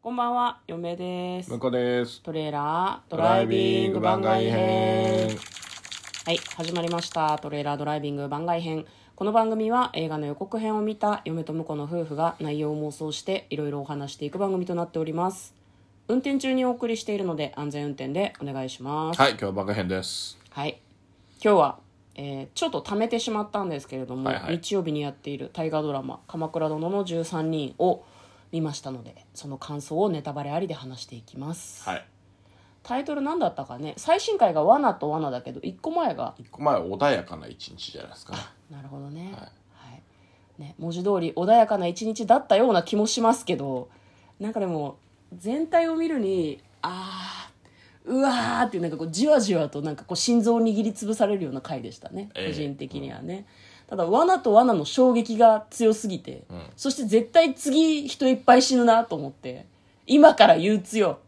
こんばんは、嫁です。向こうです。トレーラードライビング番外編。はい、始まりました。トレーラードライビング番外編。この番組は映画の予告編を見た嫁と婿の夫婦が内容を妄想していろいろお話していく番組となっております。運転中にお送りしているので安全運転でお願いします。はい、今日は番外編です。はい、今日は、えーちょっと貯めてしまったんですけれども、はいはい日曜日にやっている大河ドラマ「鎌倉殿の13人」を見ましたのでその感想をネタバレありで話していきます、はい。タイトル何だったかね最新回が「罠と罠」だけど1個前が一個前は穏やかな一日じゃないですか。なるほどね,、はいはい、ね文字通り穏やかな一日だったような気もしますけどなんかでも全体を見るにあーうわーってなんかこうじわじわとなんかこう心臓を握りつぶされるような回でしたね、ええ個人的にはね、ただ罠と罠の衝撃が強すぎて、そして絶対次人いっぱい死ぬなと思って今から憂鬱よ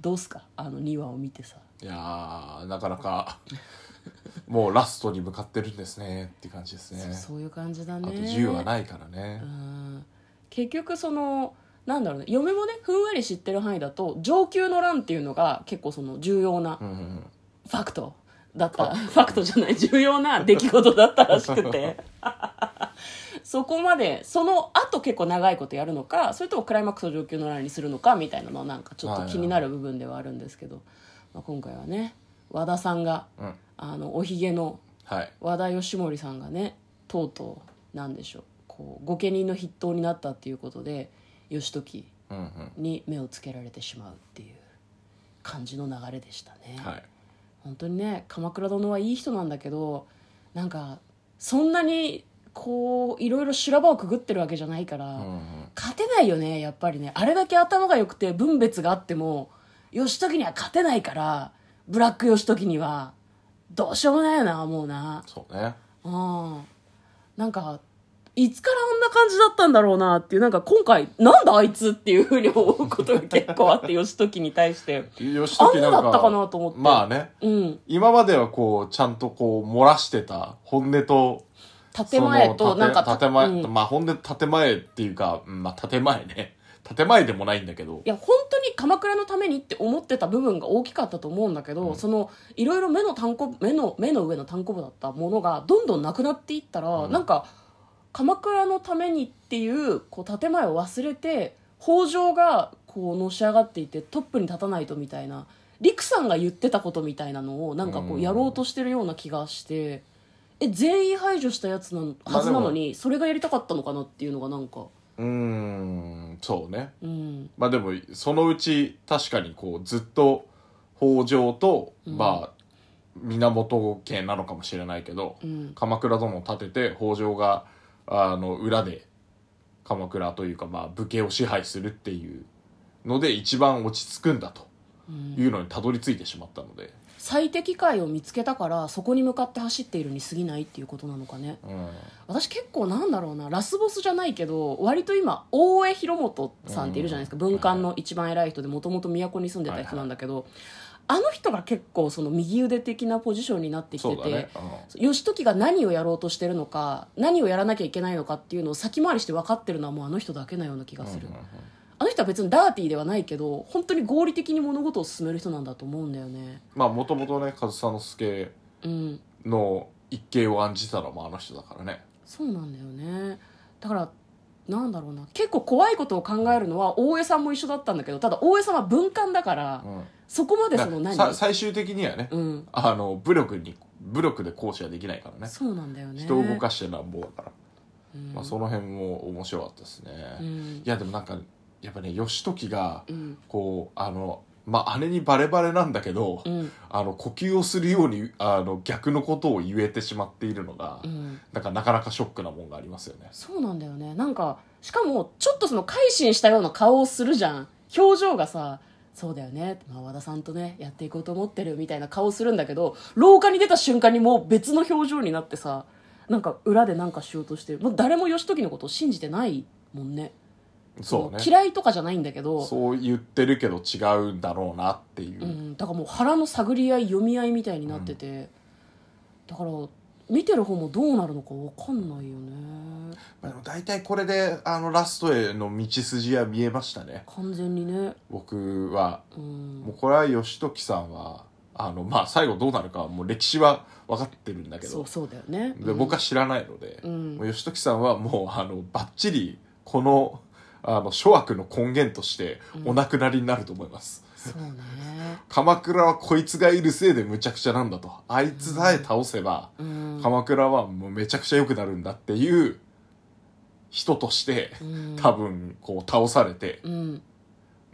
どうすかあの2話を見てさいやー、なかなか、 もうラストに向かってるんですねって感じですね。そういう感じだねあと自由はないからねう。ん結局そのなんだろうね嫁もねふんわり知ってる範囲だと上級の乱っていうのが結構その重要なうんうんうん。ファクトだった、ファクトじゃない重要な出来事だったらしく てそこまでその後結構長いことやるのかそれともクライマックスを上級の乱にするのかみたいなのはなんかちょっと気になる部分ではあるんですけど、まあ、今回はね和田さんがうん。あのおひげのはい。和田義盛さんがねとうとうなんでしょうこう御家人の筆頭になったっていうことで義時うんうん。に目をつけられてしまうっていう感じの流れでしたね、はい。本当にね鎌倉殿はいい人なんだけどなんかそんなにこういろいろ修羅場をくぐってるわけじゃないから、うんうん。勝てないよねやっぱりねあれだけ頭が良くて分別があっても義時には勝てないからブラック義時にはどうしようもないよなもうなそうね。うんなんかいつからあんな感じだったんだろうなっていうなんか今回なんだあいつっていうふうに思うことが結構あって義時に対して 吉あん時ななんか。だったかなと思ってまあね。うん今まではこう、ちゃんとこう、漏らしてた本音と、建前そのとなんか建建前、うんいまあ本音建前っていうか、うんまあ建前ね。 建前でもないんだけど。や本当に鎌倉のためにって思ってた部分が大きかったと思うんだけど、うんそのいろいろ目の単行目の目の上の単行部だったものがどんどんなくなっていったら、うんなんか鎌倉のためにっていうこう建前を忘れて北条がこうのし上がっていてトップに立たないとみたいな陸さんが言ってたことみたいなのをなんかこううんやろうとしてるような気がして、え全員排除したやつなのまあはずなのに、それがやりたかったのかなっていうのがなんかうーん、そうね。うんまあでも、そのうち確かにこう、ずっと北条と、うんまあ、源家なのかもしれないけど、うん鎌倉殿を立てて北条が、あの、裏で鎌倉というか、まあ、武家を支配するっていうので、一番落ち着くんだとうんいうのにたどり着いてしまったので、最適解を見つけたからそこに向かって走っているに過ぎないっていうことなのかねうん。私結構なんだろうなラスボスじゃないけど割と今大江広元さんっているじゃないですか、うん文官の一番偉い人でもともと都に住んでた人なんだけど、あの人が結構その右腕的なポジションになってきそてうだて、ね。義時が何をやろうとしてるのか何をやらなきゃいけないのかっていうのを先回りして分かってるのはもうあの人だけなような気うんがする、うんうんうんあの人は別にダーティーではないけど本当に合理的に物事を進める人なんだと思うんだよねまあ、もともとね、上総介うんの一計を案じたのもあの人だからね。そうなんだよねだからなんだろうな結構怖いことを考えるのは大江さんも一緒だったんだけどただ大江さんは文官だから、うんそこまでそのだ何さ最終的にはね、うんあの武力に武力で行使はできないからねそうなんだよね人を動かしてなんぼだから、うんまあ、その辺も面白かったですね、ういんやでもなんかやっぱね義時がうんこうあのまあ姉にバレバレなんだけど、うんあの呼吸をするようにあの逆のことを言えてしまっているのが、うんなんかなかなかショックなもんがありますよねそうなんだよねなんかしかもちょっとその改心したような顔をするじゃん表情がさそうだよね、まあ、和田さんとねやっていこうと思ってるみたいな顔をするんだけど廊下に出た瞬間にもう別の表情になってさなんか裏でなんかしようとしてるもう誰も義時のことを信じてないもんねそうね嫌いとかじゃないんだけどそう言ってるけど違うんだろうなっていう、うん、だからもう腹の探り合い読み合いみたいになってて、だから見てる方もどうなるのか分かんないよねまあ、でも大体これであのラストへの道筋は見えましたね完全にね僕はうんもうこれは義時さんはあのまあ最後どうなるかはもう歴史は分かってるんだけそどうそうだよねで僕は知らないので、うんもう義時さんはもうあのバッチリこのあの諸悪の根源としてお亡くなりになると思います、そうね鎌倉はこいつがいるせいでむちゃくちゃなんだとあいつさえ倒せば、うん鎌倉はもうめちゃくちゃ良くなるんだっていう人として、うん多分こう倒されて、うん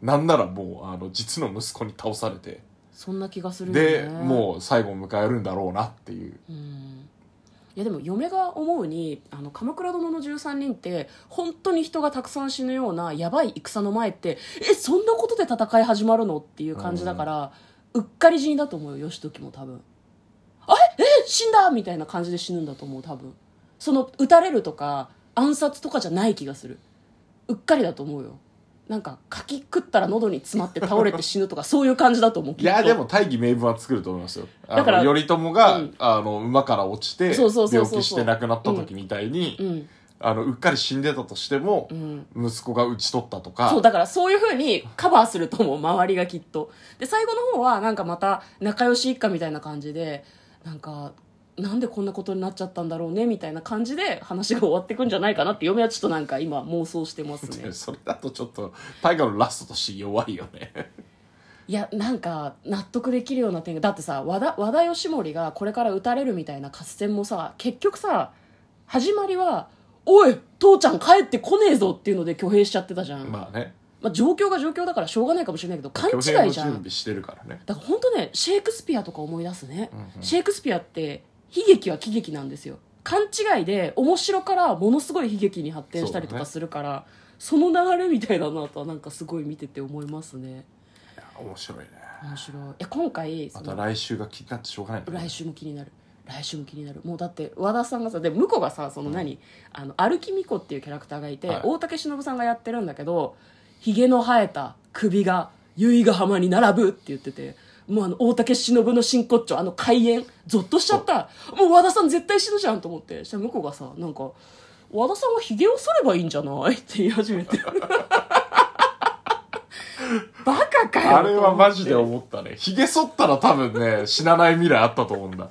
なんならもうあの実の息子に倒されて、そんな気がするよねでもう最後を迎えるんだろうなっていううんいやでも嫁が思うに「あの鎌倉殿の13人」って本当に人がたくさん死ぬようなやばい戦の前ってえそんなことで戦い始まるのっていう感じだから、うっかり死にだと思うよ義時も多分あれえ死んだみたいな感じで死ぬんだと思う多分その撃たれるとか暗殺とかじゃない気がするうっかりだと思うよなんか柿食ったら喉に詰まって倒れて死ぬとかそういう感じだと思うきっいとやでも大義名分は作ると思いますよあだからの頼朝が、うんあの馬から落ちてそうそうそう病そう気して亡くなった時みたいに、うんあのうっかり死んでたとしてもう、ん息子が討ち取ったとかそうだからそういうふうにカバーすると思う周りがきっとで最後の方はなんかまた仲良し一家みたいな感じでなんかなんでこんなことになっちゃったんだろうねみたいな感じで話が終わってくんじゃないかなって嫁はちょっとなんか今妄想してます ねそれだとちょっと大河のラストとして弱いよねいやなんか納得できるような点がだってさ和田和田義盛がこれから撃たれるみたいな合戦もさ結局さ始まりは「おい父ちゃん帰ってこねえぞ」っていうので挙兵しちゃってたじゃん、ま まあねあ、状況が状況だからしょうがないかもしれないけど勘巨違人いのじ準ゃん備してるからねだから本当ねシェイクスピアとか思い出すね、んうんシェイクスピアって悲劇は喜劇なんですよ勘違いで面白からものすごい悲劇に発展したりとかするからそ,、の流れみたいだなとはなんかすごい見てて思いますねいや面白いね面白いいや今回そまのた来週が気になってしょうがないんだね来週も気になる来週も気になるもうだって和田さんがさで向こうがさその何、あの歩き巫女っていうキャラクターがいて、はい大竹しのぶさんがやってるんだけどひげの生えた首が結ヶ浜に並ぶって言っててもうあの大竹しのぶの真骨頂あの開演ゾッとしちゃったもう和田さん絶対死ぬじゃんと思ってそしたら向こうがさなんか和田さんはひげを剃ればいいんじゃないって言い始め てバカかよあれはマジでと思って思ったね。髭剃ったら多分ね、死なない未来あったと 思うんだ。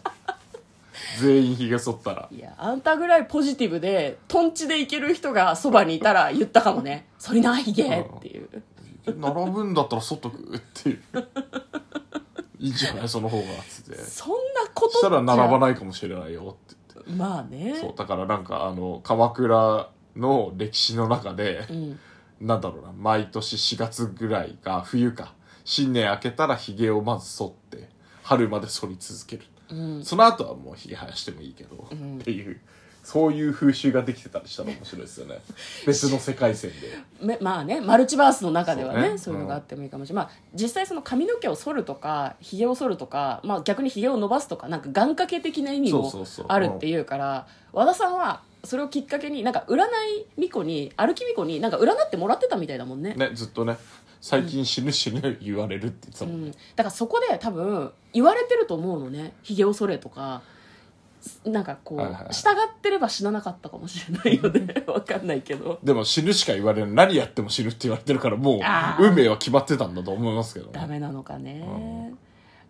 全員髭剃ったら。いや、あんたぐらいポジティブで、トンチでいける人がそばにいたら言ったかもね。 そりな、ヒゲっていう。並ぶんだったら剃っとくっ ていう。いいんじゃないその方が。つって。そそんなことしたら並ばい。ないかもしれないよって言って。まあね。そう、だからなんかあの、鎌倉の歴史の中で、んなんだろうな、毎年4月ぐらいが、冬か。新年明けたら髭をまず剃って、春まで剃り続ける。うん。その後はもうひげ生やしてもいいけど、んっていうそういう風習ができてたりしたら面白いです よね別の世界線でめまあね、マルチバースの中ではね、そそううねいうのがあってもいいかもしれない。まあ、実際その髪の毛を剃るとか、ヒゲを剃るとか、まあ逆にヒゲを伸ばすとか、なんか願掛け的な意味もそうそうそうあるっていうから、和田さんは、それをきっかけに、なんか占い巫女に、歩き巫女に、なんか占ってもらってたみたいだもんね。ねずっとね最近死ぬ死ぬ言われるって言ってたうもん、ん、だからそこで多分言われてると思うのねひげを剃れとかすなんかこう、はいはいはい従ってれば死ななかったかもしれないよねわかんないけどでも死ぬしか言われない何やっても死ぬって言われてるからもうあー運命は決まってたんだと思いますけど、ダメなのかね、うん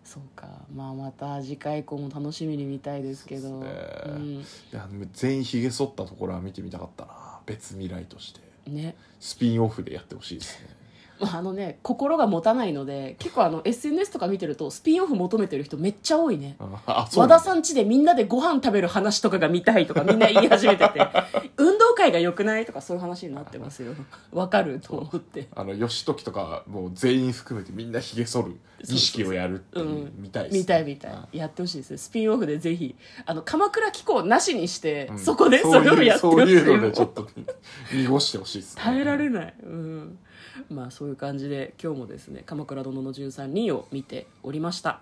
そうかまあまた次回以降も楽しみに見たいですけどそうですうんね、いや全員ひげ剃ったところは見てみたかったな別未来としてねスピンオフでやってほしいですねまああのね心が持たないので結構あの SNS とか見てるとスピンオフ求めてる人めっちゃ多いねああそう和なん田ださん家でみんなでご飯食べる話とかが見たいとかみんな言い始め てて運動会が良くないとかそういう話になってますよわかると思 ってあの義時とかもう全員含めてみんなひげ剃る儀式をやるっていうみたいですね見たい見たあいやってほしいですねスピンオフでぜひあの鎌倉紀行なしにして、う んそこでそれをやってほそうしいいうそういうのでちょもっと濁してほしいですう耐えられるない、うん、まあそういう感じで今日もですね「鎌倉殿の13人」を見ておりました、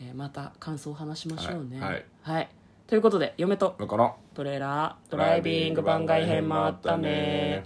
えーまた感想を話しましょうねはいはいはい、ということで嫁とだからトレーラードライビング番外編もあったね